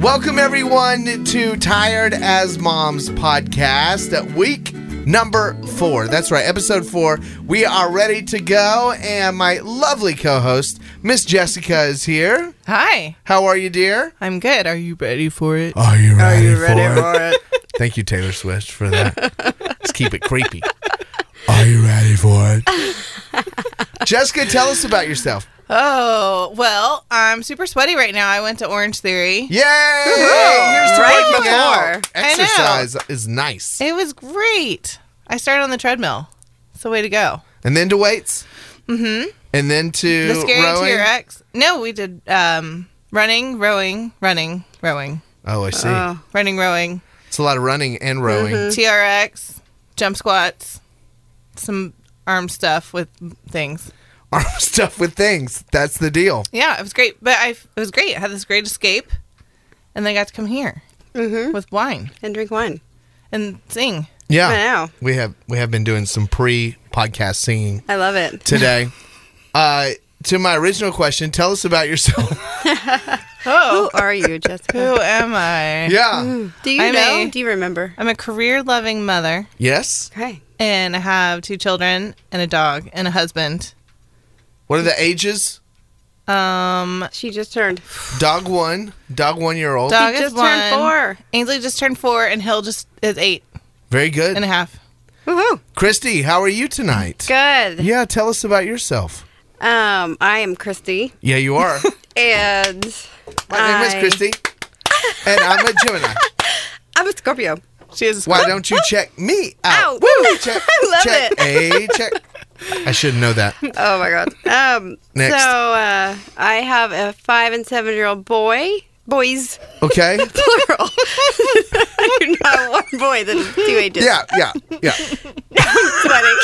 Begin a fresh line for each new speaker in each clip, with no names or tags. Welcome, everyone, to Tired as Moms podcast, at week number four. That's right, episode four. We are ready to go, and my lovely co host, Miss Jessica, is here.
Hi,
How are you, dear?
I'm good. Are you ready for it?
Are you ready,
it?
Thank you, Taylor Swift, for that. Let's keep it creepy. Are you ready for it? Jessica, tell us about yourself.
Oh, well, I'm super sweaty right now. I went to Orange Theory.
Yay! Here's to
Right
working out.
before.
I know.
Exercise is nice.
It was great. I started on the treadmill. It's the way to go.
And then to weights. Mm-hmm. And then to
The scary
rowing.
T-Rex. No, we did um, running, rowing, running, rowing,
Oh, I see.
Oh.
running, rowing,
It's a lot of running and rowing.
Mm-hmm. TRX, jump squats, some arm stuff with things.
Arm stuff with things. That's the deal.
Yeah, it was great. But I, it was great. I had this great escape, and then I got to come here
Mm-hmm.
with wine
And drink wine.
and sing.
Yeah.
I know.
We have we have been doing some pre podcast singing
I love it.
today. uh to my original question, tell us about yourself.
Oh,
Who are you, Jessica?
Who am I?
yeah.
Do you
I'm
know?
a-
Do you remember?
I'm a career loving mother
Yes.
Okay.
and I have two children and a dog and a husband.
What are the ages?
Um
She just turned.
Dog one, dog one year old.
Dog
she
is
just
one.
turned four.
Ainsley just turned four and Hill just is eight
Very good.
and a half.
Woohoo!
Christy, how are you tonight?
Good.
Yeah, tell us about yourself.
Um, I am Christy,
Yeah, you are.
and
My name is
I-
Christy, and I'm a Gemini.
I'm a Scorpio.
She is
Why don't you check me out?
Ow.
Woo! Check,
I love
check,
it.
A check. I should know that.
Oh my god. Um.
Next.
So uh, I have a five and seven year old boy. Boys,
Okay.
plural. You're not one boy. That's two ages.
Yeah, yeah, yeah.
Sweating.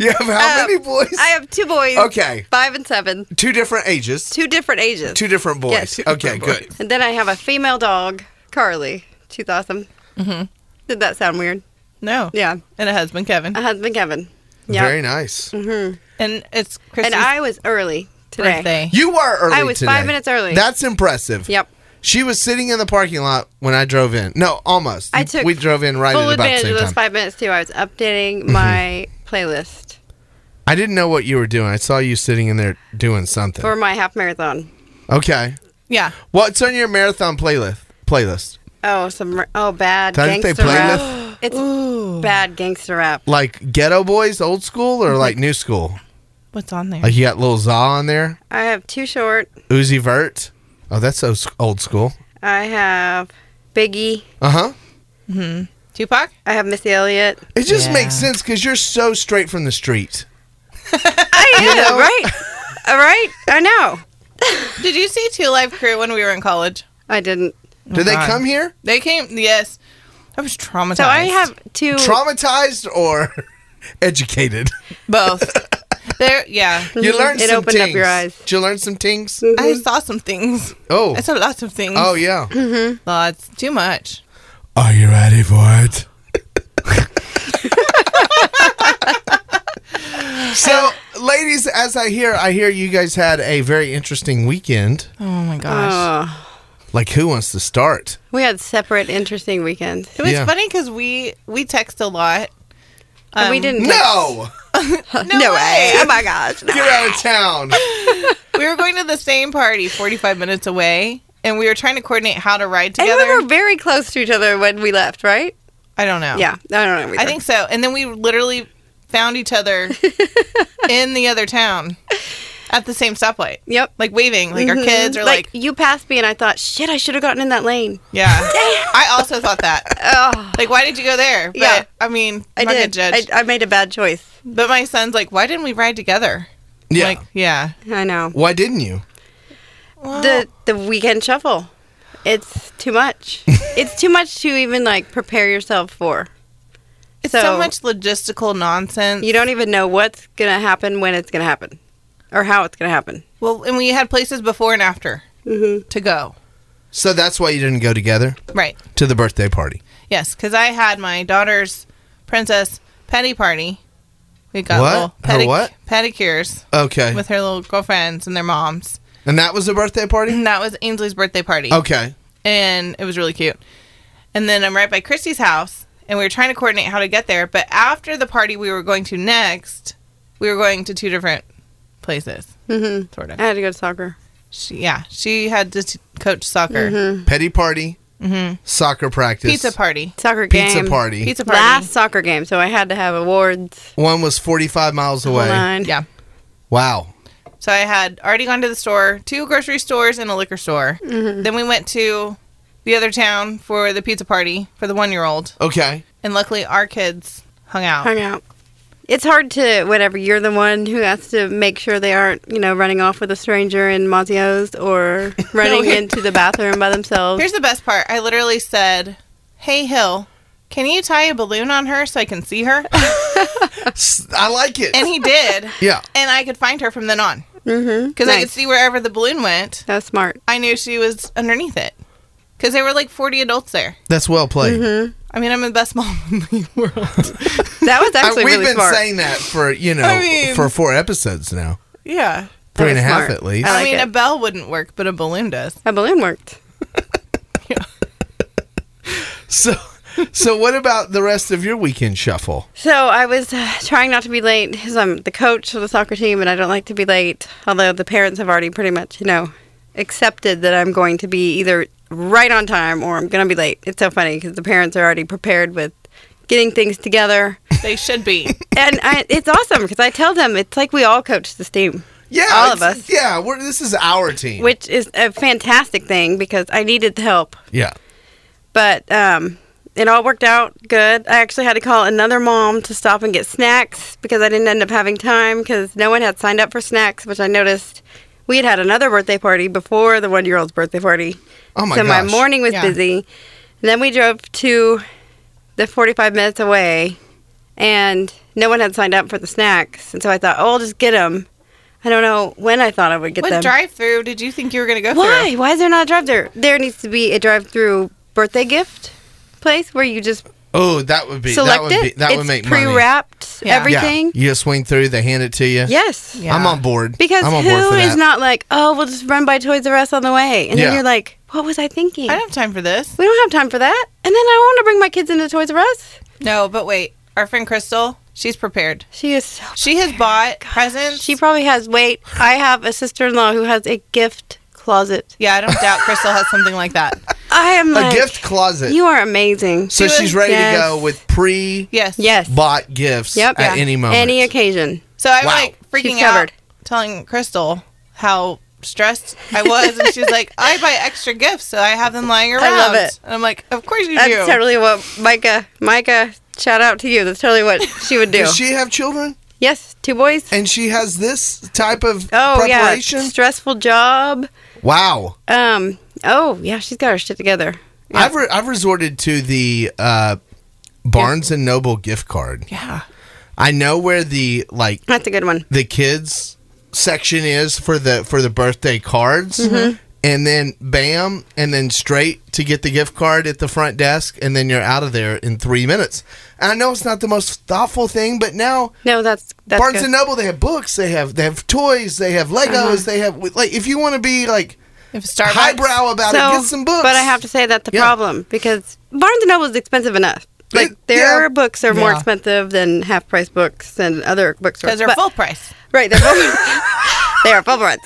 You have how
Um,
many boys?
I have two boys.
Okay.
Five and seven.
Two different ages.
Two different ages.
Two different boys.
Yes, two
okay, good.
And then I have a female dog, Carly. She's awesome. Mm-hmm. Did that sound weird?
No.
Yeah. Uh,
And a husband, Kevin.
A husband, Kevin. Yeah.
Very nice.
Mm-hmm.
And it's Chris's
and I was early today.
birthday.
You were early.
I was
today.
five minutes early.
That's impressive.
Yep.
She was sitting in the parking lot when I drove in. No, almost.
I took
we drove in right
Full
at about the
advantage of
same
those
time. Mm-hmm.
five minutes too. I was updating my playlist
I didn't know what you were doing. I saw you sitting in there doing something.
for my half marathon.
okay.
Yeah.
What's on your marathon playlist? Playlist
Oh, some r- oh bad
Did I just say
gangster rap. It's bad gangster rap.
like Ghetto Boys, old school or like new school?
What's on there?
Like you got Lil Za on there,
I have Too Short.
Uzi Vert. Oh, that's so s- old school.
I have Biggie.
Uh huh.
Tupac?
I have Missy Elliott.
It just
Yeah.
makes sense because you're so straight from the street.
I am right. All right. I know.
Did you see Two Live Crew when we were in college?
I didn't.
Did they
Uh-huh.
God.
come here
They came yes. I was traumatized.
So I have two.
traumatized or educated?
both. there yeah.
You learned
It
some
opened up
tings.
your eyes.
Did you learn some things?
I saw some things.
Oh,
I saw lots of things.
oh yeah.
Mm-hmm.
Lots. Too much.
Are you ready for it? so, ladies, as I hear, I hear you guys had a very interesting weekend.
Oh my gosh.
Oh,
Like, who wants to start?
we had separate, interesting weekends.
It was
Yeah.
funny because we we text a lot.
And we
Um,
didn't.
No,
No, way. Oh my gosh. No.
get out of town.
We were going to the same party, forty five minutes away, and we were trying to coordinate how to ride
And
together.
we were very close to each other when we left, right?
I don't know.
Yeah. I don't know.
I think so. And then we literally found each other in the other town at the same stoplight,
Yep.
like waving, like
Mm-hmm.
our kids are like,
you passed me, and I thought, shit, I should have gotten in that lane.
yeah. I also thought that.
Oh,
Like, why did you go there? But,
Yeah.
I mean,
I
I'm not
did.
gonna judge.
I, I made a bad choice.
but my son's like, why didn't we ride together? I'm
Yeah.
Like, yeah.
I know.
Why didn't you?
Well,
The the weekend shuffle. It's too much. it's too much to even like prepare yourself for.
it's so,
so-
much logistical nonsense.
You don't even know what's gonna happen, when it's gonna happen, or how it's gonna happen.
Well, and we had places before and after
Mm-hmm.
to go.
So that's why you didn't go together
Right.
to the birthday party.
Yes, because I had my daughter's princess petty party. We got
What?
little
Her what?
pedicures
Okay.
with her little girlfriends and their moms.
And that was the birthday party?
And that was Ainsley's birthday party.
Okay.
and it was really cute. And then I'm right by Christy's house, and we were trying to coordinate how to get there. But after the party we were going to next, we were going to two different places,
Mm-hmm.
sort of.
I had to go to soccer.
She, yeah, she had to t- coach soccer,
Mm-hmm.
Petty party,
Mhm.
soccer practice,
pizza party,
Soccer game.
pizza party.
pizza party.
Last soccer game, so I had to have awards.
One was 45 miles
Hold
away.
on.
Yeah.
Wow.
So I had already gone to the store, two grocery stores, and a liquor store.
Mm-hmm.
Then we went to the other town for the pizza party for the one year old,
Okay.
and luckily our kids hung out.
Hung out. It's hard to, whatever, you're the one who has to make sure they aren't, you know, running off with a stranger in Mazio's or running into the bathroom by themselves.
Here's the best part. I literally said, "Hey Hill, can you tie a balloon on her so I can see her?"
S- I like it.
And he did, and
yeah.
I could find her from then on
mm-hmm.
because I could see wherever the balloon went.
That's smart.
I knew she was underneath it because there were like 40 adults there.
That's well played.
I mean, I'm the best mom in the world.
That was
I-
actually
we've
really
been
smart.
saying that for, you know,
I mean-
for four episodes now.
yeah.
That
Three
was
and a half
smart.
at least.
I
I,
like
mean,
it.
a bell wouldn't work, but a balloon does.
a balloon worked.
So, so what about the rest of your weekend shuffle?
So I was uh, trying not to be late because I'm the coach of the soccer team and I don't like to be late. Although the parents have already pretty much, you know, accepted that I'm going to be either right on time or I'm going to be late. It's so funny because the parents are already prepared with getting things together.
They should be.
and I, it's awesome because I tell them it's like we all coach this team,
Yeah,
All of
it's-
us.
Yeah, we're, this is our team.
which is a fantastic thing because I needed the help.
yeah.
But um, it all worked out good. I actually had to call another mom to stop and get snacks because I didn't end up having time because no one had signed up for snacks, which I noticed we had had another birthday party before the one year old's birthday party.
Oh my
so my
gosh.
morning was
Yeah.
busy. And then we drove to the 45 minutes away, and no one had signed up for the snacks. And so I thought, oh, I'll just get them. I don't know when I thought I would get
what
them.
drive-through did you think you were going to go
Why? Why is there not a drive through? There needs to be a drive through birthday gift place where you just
Oh, that would be
select
that would
it.
be that
it's
would make money.
pre-wrapped
Yeah. Yeah.
everything.
Yeah. You just swing through, they hand it to you.
Yes.
Yeah.
I'm on board.
Because
I'm on
who
board for
is
that.
not like, oh, we'll just run by Toys R Us on the way, and
Yeah.
then you're like, what was I thinking?
through? I don't have time for this.
we don't have time for that. And then I want to bring my kids into Toys R Us.
No, but wait. Our friend Crystal, she's prepared.
She is so.
She has bought presents.
She probably has. Wait, I have a sister-in-law who has a gift closet.
yeah, I don't doubt Crystal has something like that.
I am
a
like,
gift closet.
You are amazing.
so
she
she's
was-
ready
Yes.
to go with pre
Yes.
Yes.
bought gifts
Yep.
at
Yeah.
any moment.
Any occasion.
So I'm
Wow.
like freaking
She's covered.
out, telling Crystal how stressed I was, and she's like, "I buy extra gifts, so I have them lying around."
I love it.
And I'm like, "Of course you
That's
do."
totally what Micah. Micah, shout out to you. That's totally what she would do.
Does she have children?
yes, two boys.
And she has this type of
Oh yeah,
preparation?
stressful job.
Wow.
Um. Oh yeah, she's got her shit together. Yeah.
I've re- I've resorted to the uh, Barnes and Noble gift card.
yeah.
I know where the like
That's a good one.
the kids section is for the for the birthday cards
Mm-hmm.
and then bam and then straight to get the gift card at the front desk and then you're out of there in three minutes and i know it's not the most thoughtful thing but now
No, that's that's
barnes
good. Uh-huh.
and noble they have books they have they have toys they have legos they have like if you want to be like
If Starbucks.
highbrow about it
So,
get some books
But I have to say that's the
Yeah.
problem because Barnes and Noble is expensive enough. Like
It-
their
yeah.
books are more
Yeah.
expensive than half price books and other bookstores.
because they're
But-
full price.
Right, they're full. they are full price.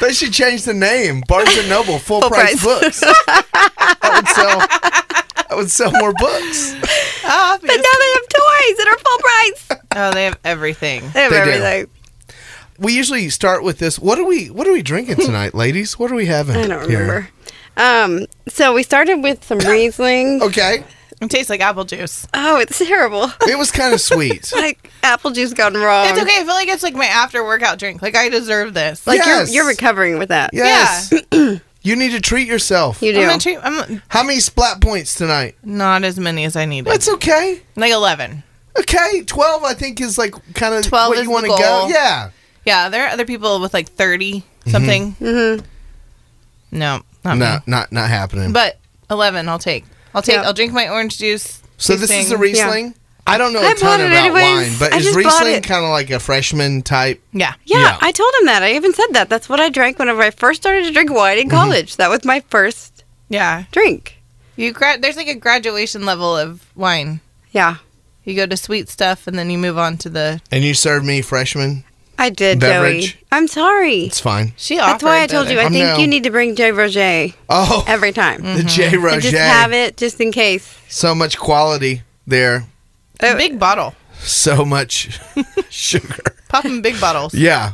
they should change the name barnes and noble full,
Full
price,
price.
books that would sell that would sell more books
Oh,
But now they have toys that are full price.
oh, they have everything.
They have
They do.
everything.
we usually start with this. What are we What are we drinking tonight, ladies? What are we having?
I don't
here?
remember. Um, so we started with some Riesling.
Okay,
It tastes like apple juice.
Oh, it's terrible.
it was kind of sweet.
like apple juice gone wrong.
It's okay. I feel like it's like my after workout drink. Like I deserve this.
Um, Like
Yes.
you're you're recovering with that.
Yes, you need to treat yourself.
You
I'm
do.
gonna treat. I'm
How many splat points tonight?
not as many as I needed.
That's okay.
like eleven.
Okay, twelve I think is like kind of
12
what
is
you want to
the
go.
goal.
Yeah,
Yeah, there are other people with like thirty
Mm-hmm.
something.
Mhm.
No, not me.
no, not not happening.
But eleven, I'll take. I'll take.
Yeah.
I'll drink my orange juice.
so this
tasting-
is the Riesling. I don't know a
I
ton
bought it
about
anyways.
wine, but
I
is
just bought
Riesling
it.
kind of like a freshman type?
Yeah.
Yeah,
Yeah.
I told him that. I even said that. That's what I drank whenever I first started to drink wine
Mm-hmm.
in college. That was my first
Yeah.
drink.
You grad there's like a graduation level of wine.
Yeah,
You go to sweet stuff and then you move on to the
And you served me freshman.
I did,
Beverage.
Joey. I'm sorry.
It's fine.
she offered.
That's why I told you. I
I'm
think
no-
you need to bring Jay Roger
Oh,
every time.
the J.
And just have
Roger.
it just in case.
So much quality there.
a big bottle.
So much sugar.
Pop 'em big bottles.
Yeah.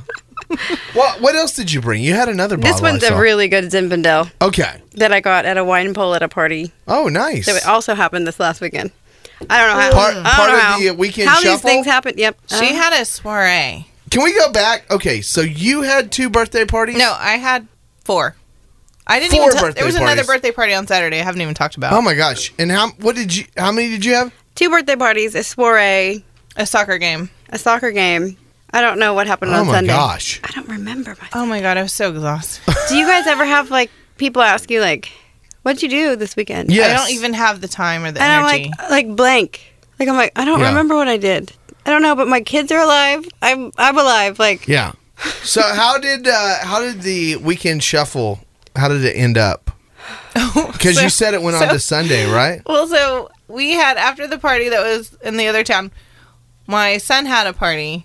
what What else did you bring? You had another bottle.
This one's
I saw.
a really good Zinfandel
Okay.
that I got at a wine pole at a party.
Oh, nice.
That also happened this last weekend. I don't know how.
Part-
I don't
part
know
of
how.
the, uh, weekend
How
shuffle?
these things happen? Yep.
She
Uh,
had a soiree.
Can we go back? Okay, so you had two birthday parties.
No, I had four. I didn't
Four
even tell
birthday
there was another
parties.
birthday party on Saturday I haven't even talked about.
Oh my gosh! And how? What did you? How many did you have?
two birthday parties, a soiree,
a soccer game.
a soccer game. I don't know what happened
oh
on
my
Sunday.
gosh!
I don't remember my.
Oh my god, I was so exhausted.
Do you guys ever have like people ask you like, "What'd you do this weekend?"
Yes.
I don't even have the time or the
And I'm
energy.
like, like blank. Like I'm like, I don't
Yeah.
remember what I did. I don't know, but my kids are alive. I'm I'm alive. Like
Yeah. So how did uh how did the weekend shuffle? How did it end up?
Oh,
Because you said it went on
so-
to Sunday, right?
Well, so we had after the party that was in the other town, my son had a party.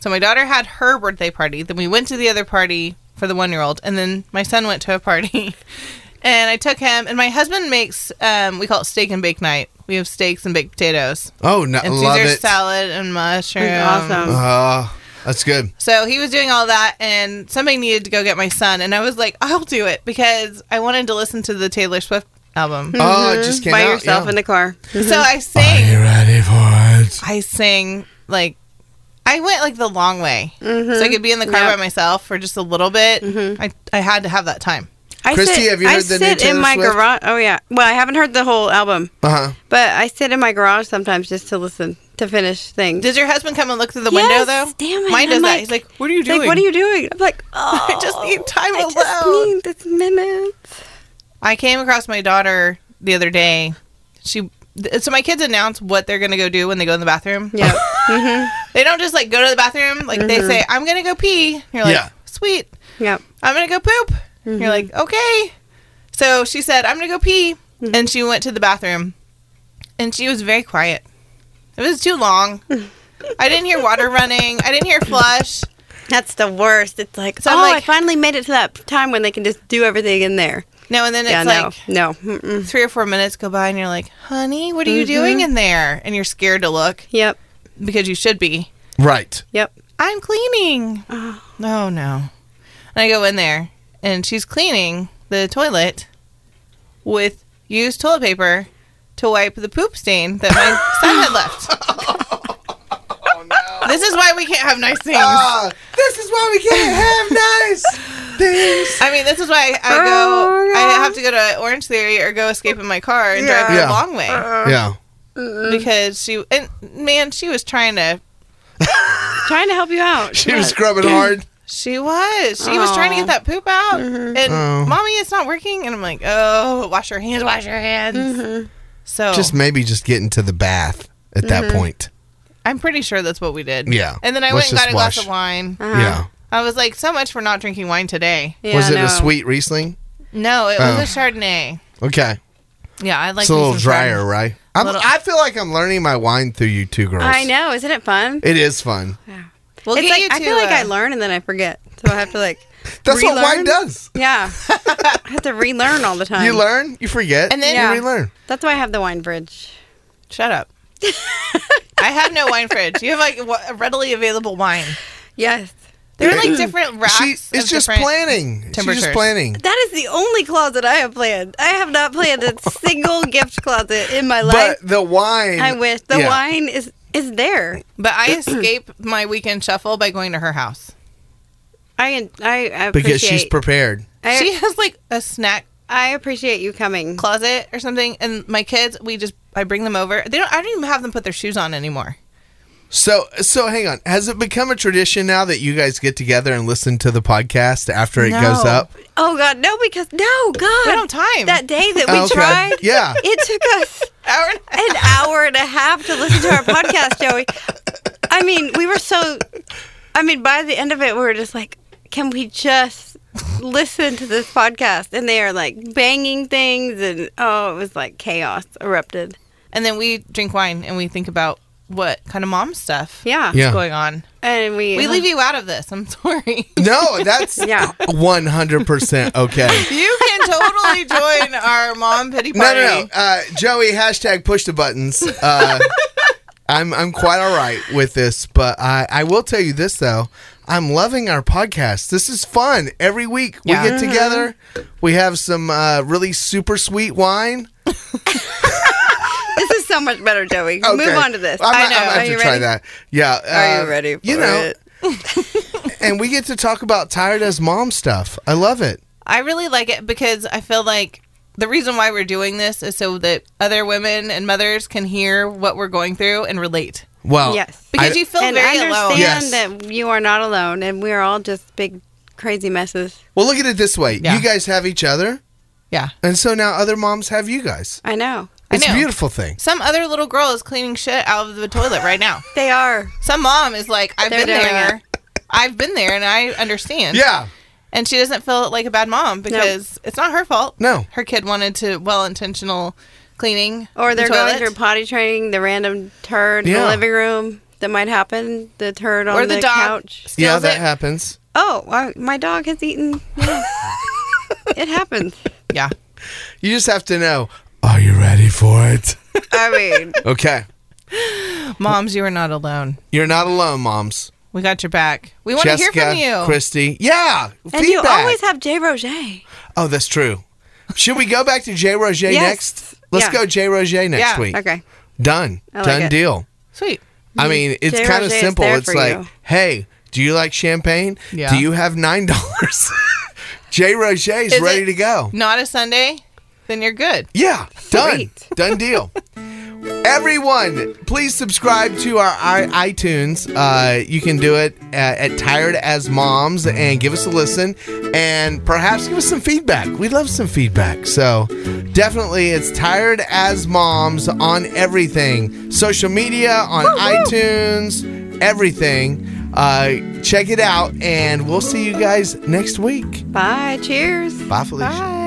So my daughter had her birthday party. Then we went to the other party for the one year old. And then my son went to a party. and I took him. And my husband makes, um, we call it steak and bake night. We have steaks and baked potatoes
Oh, no,
and
love
Caesar
it.
salad and mushroom.
awesome.
Uh, that's good.
So he was doing all that, and somebody needed to go get my son. And I was like, I'll do it because I wanted to listen to the Taylor Swift album.
Oh, it just came
by
out,
Mm-hmm. yourself
yeah.
in the car.
So I
Are
sang.
you ready for it?
I sang like I went like the long way, so
Mm-hmm.
I could be in the car
Yeah.
by myself for just a little bit.
Mm-hmm.
I I had to have that time.
I
Christy,
sit,
have you
I
heard the new
sit
Taylor
in my
Swift?
garage. Oh yeah. Well, I haven't heard the whole album,
Uh huh.
but I sit in my garage sometimes just to listen to finish things.
Does your husband come and look through the
Yes,
window though?
damn it,
Mine does
I'm
that.
like-
He's like, "What are you
It's
doing?
Like, what are you doing? I'm like, oh,
I just need time
I just
alone."
need this minute.
I came across my daughter the other day. She th- so my kids announce what they're gonna go do when they go in the bathroom.
Yeah. Mm-hmm.
They don't just like go to the bathroom. Like they say, "I'm gonna go pee." You're like,
Yeah.
"Sweet."
yep.
I'm gonna go poop.
Mm-hmm.
You're like, okay. So she said, I'm gonna go pee.
Mm-hmm.
And she went to the bathroom and she was very quiet. It was too long. I didn't hear water running. I didn't hear flush.
That's the worst. It's like,
So
oh,
I'm like-
I finally made it to that time when they can just do everything in there.
No, and then it's
yeah,
like
no, no. Mm-mm.
three or four minutes go by and you're like, honey, what are you doing
Mm-hmm.
in there? And you're scared to look
Yep,
because you should be.
Right.
yep.
I'm cleaning.
Oh.
No, no. And I go in there and she's cleaning the toilet with used toilet paper to wipe the poop stain that my son had left.
Oh no.
This is why we can't have nice things.
Ah, this is why we can't have nice things.
I mean, this is why I
Oh,
go, I
God.
have to go to Orange Theory or go escape in my car and drive
Yeah.
the long way
Yeah.
because she, and man, she was trying to,
Trying to help you out.
She was scrubbing hard.
she was, she was trying to get
Aw.
that
Mm-hmm.
poop out. And
Oh.
mommy, it's not working. And I'm like, oh, wash your hands, wash your hands.
Mm-hmm.
So
Oh.
Just maybe just getting to the bath at that
Mm-hmm.
point.
I'm pretty sure that's what we did.
Yeah.
And then I
Let's
went and got
just wash.
a glass of wine.
Uh-huh.
Yeah.
I was like, so much for not drinking wine today.
Yeah,
was it
no.
a sweet Riesling?
No, it
Oh.
was a Chardonnay.
Okay.
Yeah, I like
it's a
me
little
some
drier,
Chardonnay.
right? I'm,
Little-
I feel like I'm learning my wine through you two girls.
I know. Isn't it fun?
It is fun.
We'll
it's
get
like
you
I
to,
feel like
uh,
I learn and then I forget, so I have to like.
That's
relearn.
what wine does.
Yeah, I have to relearn all the time.
You learn, you forget, and
And
then you
then-
Yeah.
relearn.
That's why I have the wine fridge.
Shut up. I have no wine fridge. You have like wa- readily available wine.
Yes,
They're in like different racks.
She,
of
it's just
different-
planning. She's just
temperatures.
planning.
that is the only closet I have planned. I have not planned a single gift closet in my life.
But the wine.
I wish the
yeah.
wine is is there.
But I escape my weekend shuffle by going to her house.
I I, I
Because
appreciate
she's prepared.
I,
she has like a snack
I appreciate you coming.
closet or something, and my kids, we just I bring them over. They don't. I don't even have them put their shoes on anymore.
So, so hang on. Has it become a tradition now that you guys get together and listen to the podcast after it goes
No.
up?
Oh God, no! Because no, God,
We don't have time.
That day that we
Oh, okay.
tried,
Yeah.
it took us
Hour and a half.
an hour and a half to listen to our podcast, Joey. I mean, we were so. I mean, by the end of it, we were just like, can we just listen to this podcast? And they are like banging things, and oh, it was like chaos erupted.
And then we drink wine and we think about what kind of mom stuff
Yeah.
Yeah.
is going on.
And we.
We leave you out of this. I'm sorry.
No, that's
Yeah.
100% okay.
You can totally join our mom pity
No,
party.
no, no. Uh, Joey, hashtag push the buttons. Uh, I'm, I'm quite all right with this, but I, I will tell you this, though. I'm loving our podcast. This is fun. Every week we
Yeah.
get together, we have some uh, really super sweet wine.
This is so much better, Joey. Move
Okay.
on to this.
I'm,
I
not- I'm
know.
gonna
Are
have
you
to try
ready?
that. Yeah.
Are
uh,
you ready for
you know,
it?
and we get to talk about tired as mom stuff. I love it.
I really like it because I feel like the reason why we're doing this is so that other women and mothers can hear what we're going through and relate.
Well,
Yes.
Because
I-
you feel
and
very
understand
alone.
Yes.
that you are not alone, and we are all just big crazy messes.
Well, look at it this way.
Yeah.
You guys have each other,
Yeah.
and so now other moms have you guys.
I know
I
It's a
know.
beautiful thing.
Some other little girl is cleaning shit out of the toilet right now.
they are.
Some mom is like, I've
They're
been
doing
there. I've been there and I understand.
Yeah.
And she doesn't feel like a bad mom because it's not her fault.
No.
Her kid wanted to well intentional cleaning.
Or
the
they're going
toilet.
through potty training, the random turd in
Yeah.
the living room that might happen, the turd on
Or
the,
the dog.
couch.
Yeah,
Smells
that
it.
happens.
Oh, I, my dog has eaten. Yeah. it happens.
Yeah.
You just have to know. Are you ready for it?
I mean,
Okay.
Moms, you are not alone.
You're not alone, moms.
We got your back. We want to hear
Jessica,
from you.
Christy. Yeah.
and
feedback.
you always have Jay Roger.
oh, that's true. Should we go back to Jay Roger
Yes.
next? Let's
Yeah.
go Jay Roger next
Yeah.
week.
Okay.
Done.
I like
Done
it.
deal.
Sweet.
I mean, it's
Jay
kind of
Roger is
simple.
there
It's
for
like,
you.
hey, do you like champagne?
Yeah.
Do you have nine dollars? Jay Roger is,
Is
ready
it-
to go.
Not a Sunday, then you're good.
Yeah, done.
Sweet.
Done deal. Everyone, please subscribe to our, our iTunes. Uh, you can do it at, at Tired as Moms and give us a listen and perhaps give us some feedback. We love some feedback. So definitely, it's Tired as Moms on everything social media, on iTunes, everything. Uh, check it out, and we'll see you guys next week.
Bye. Cheers.
Bye, Felicia.
Bye.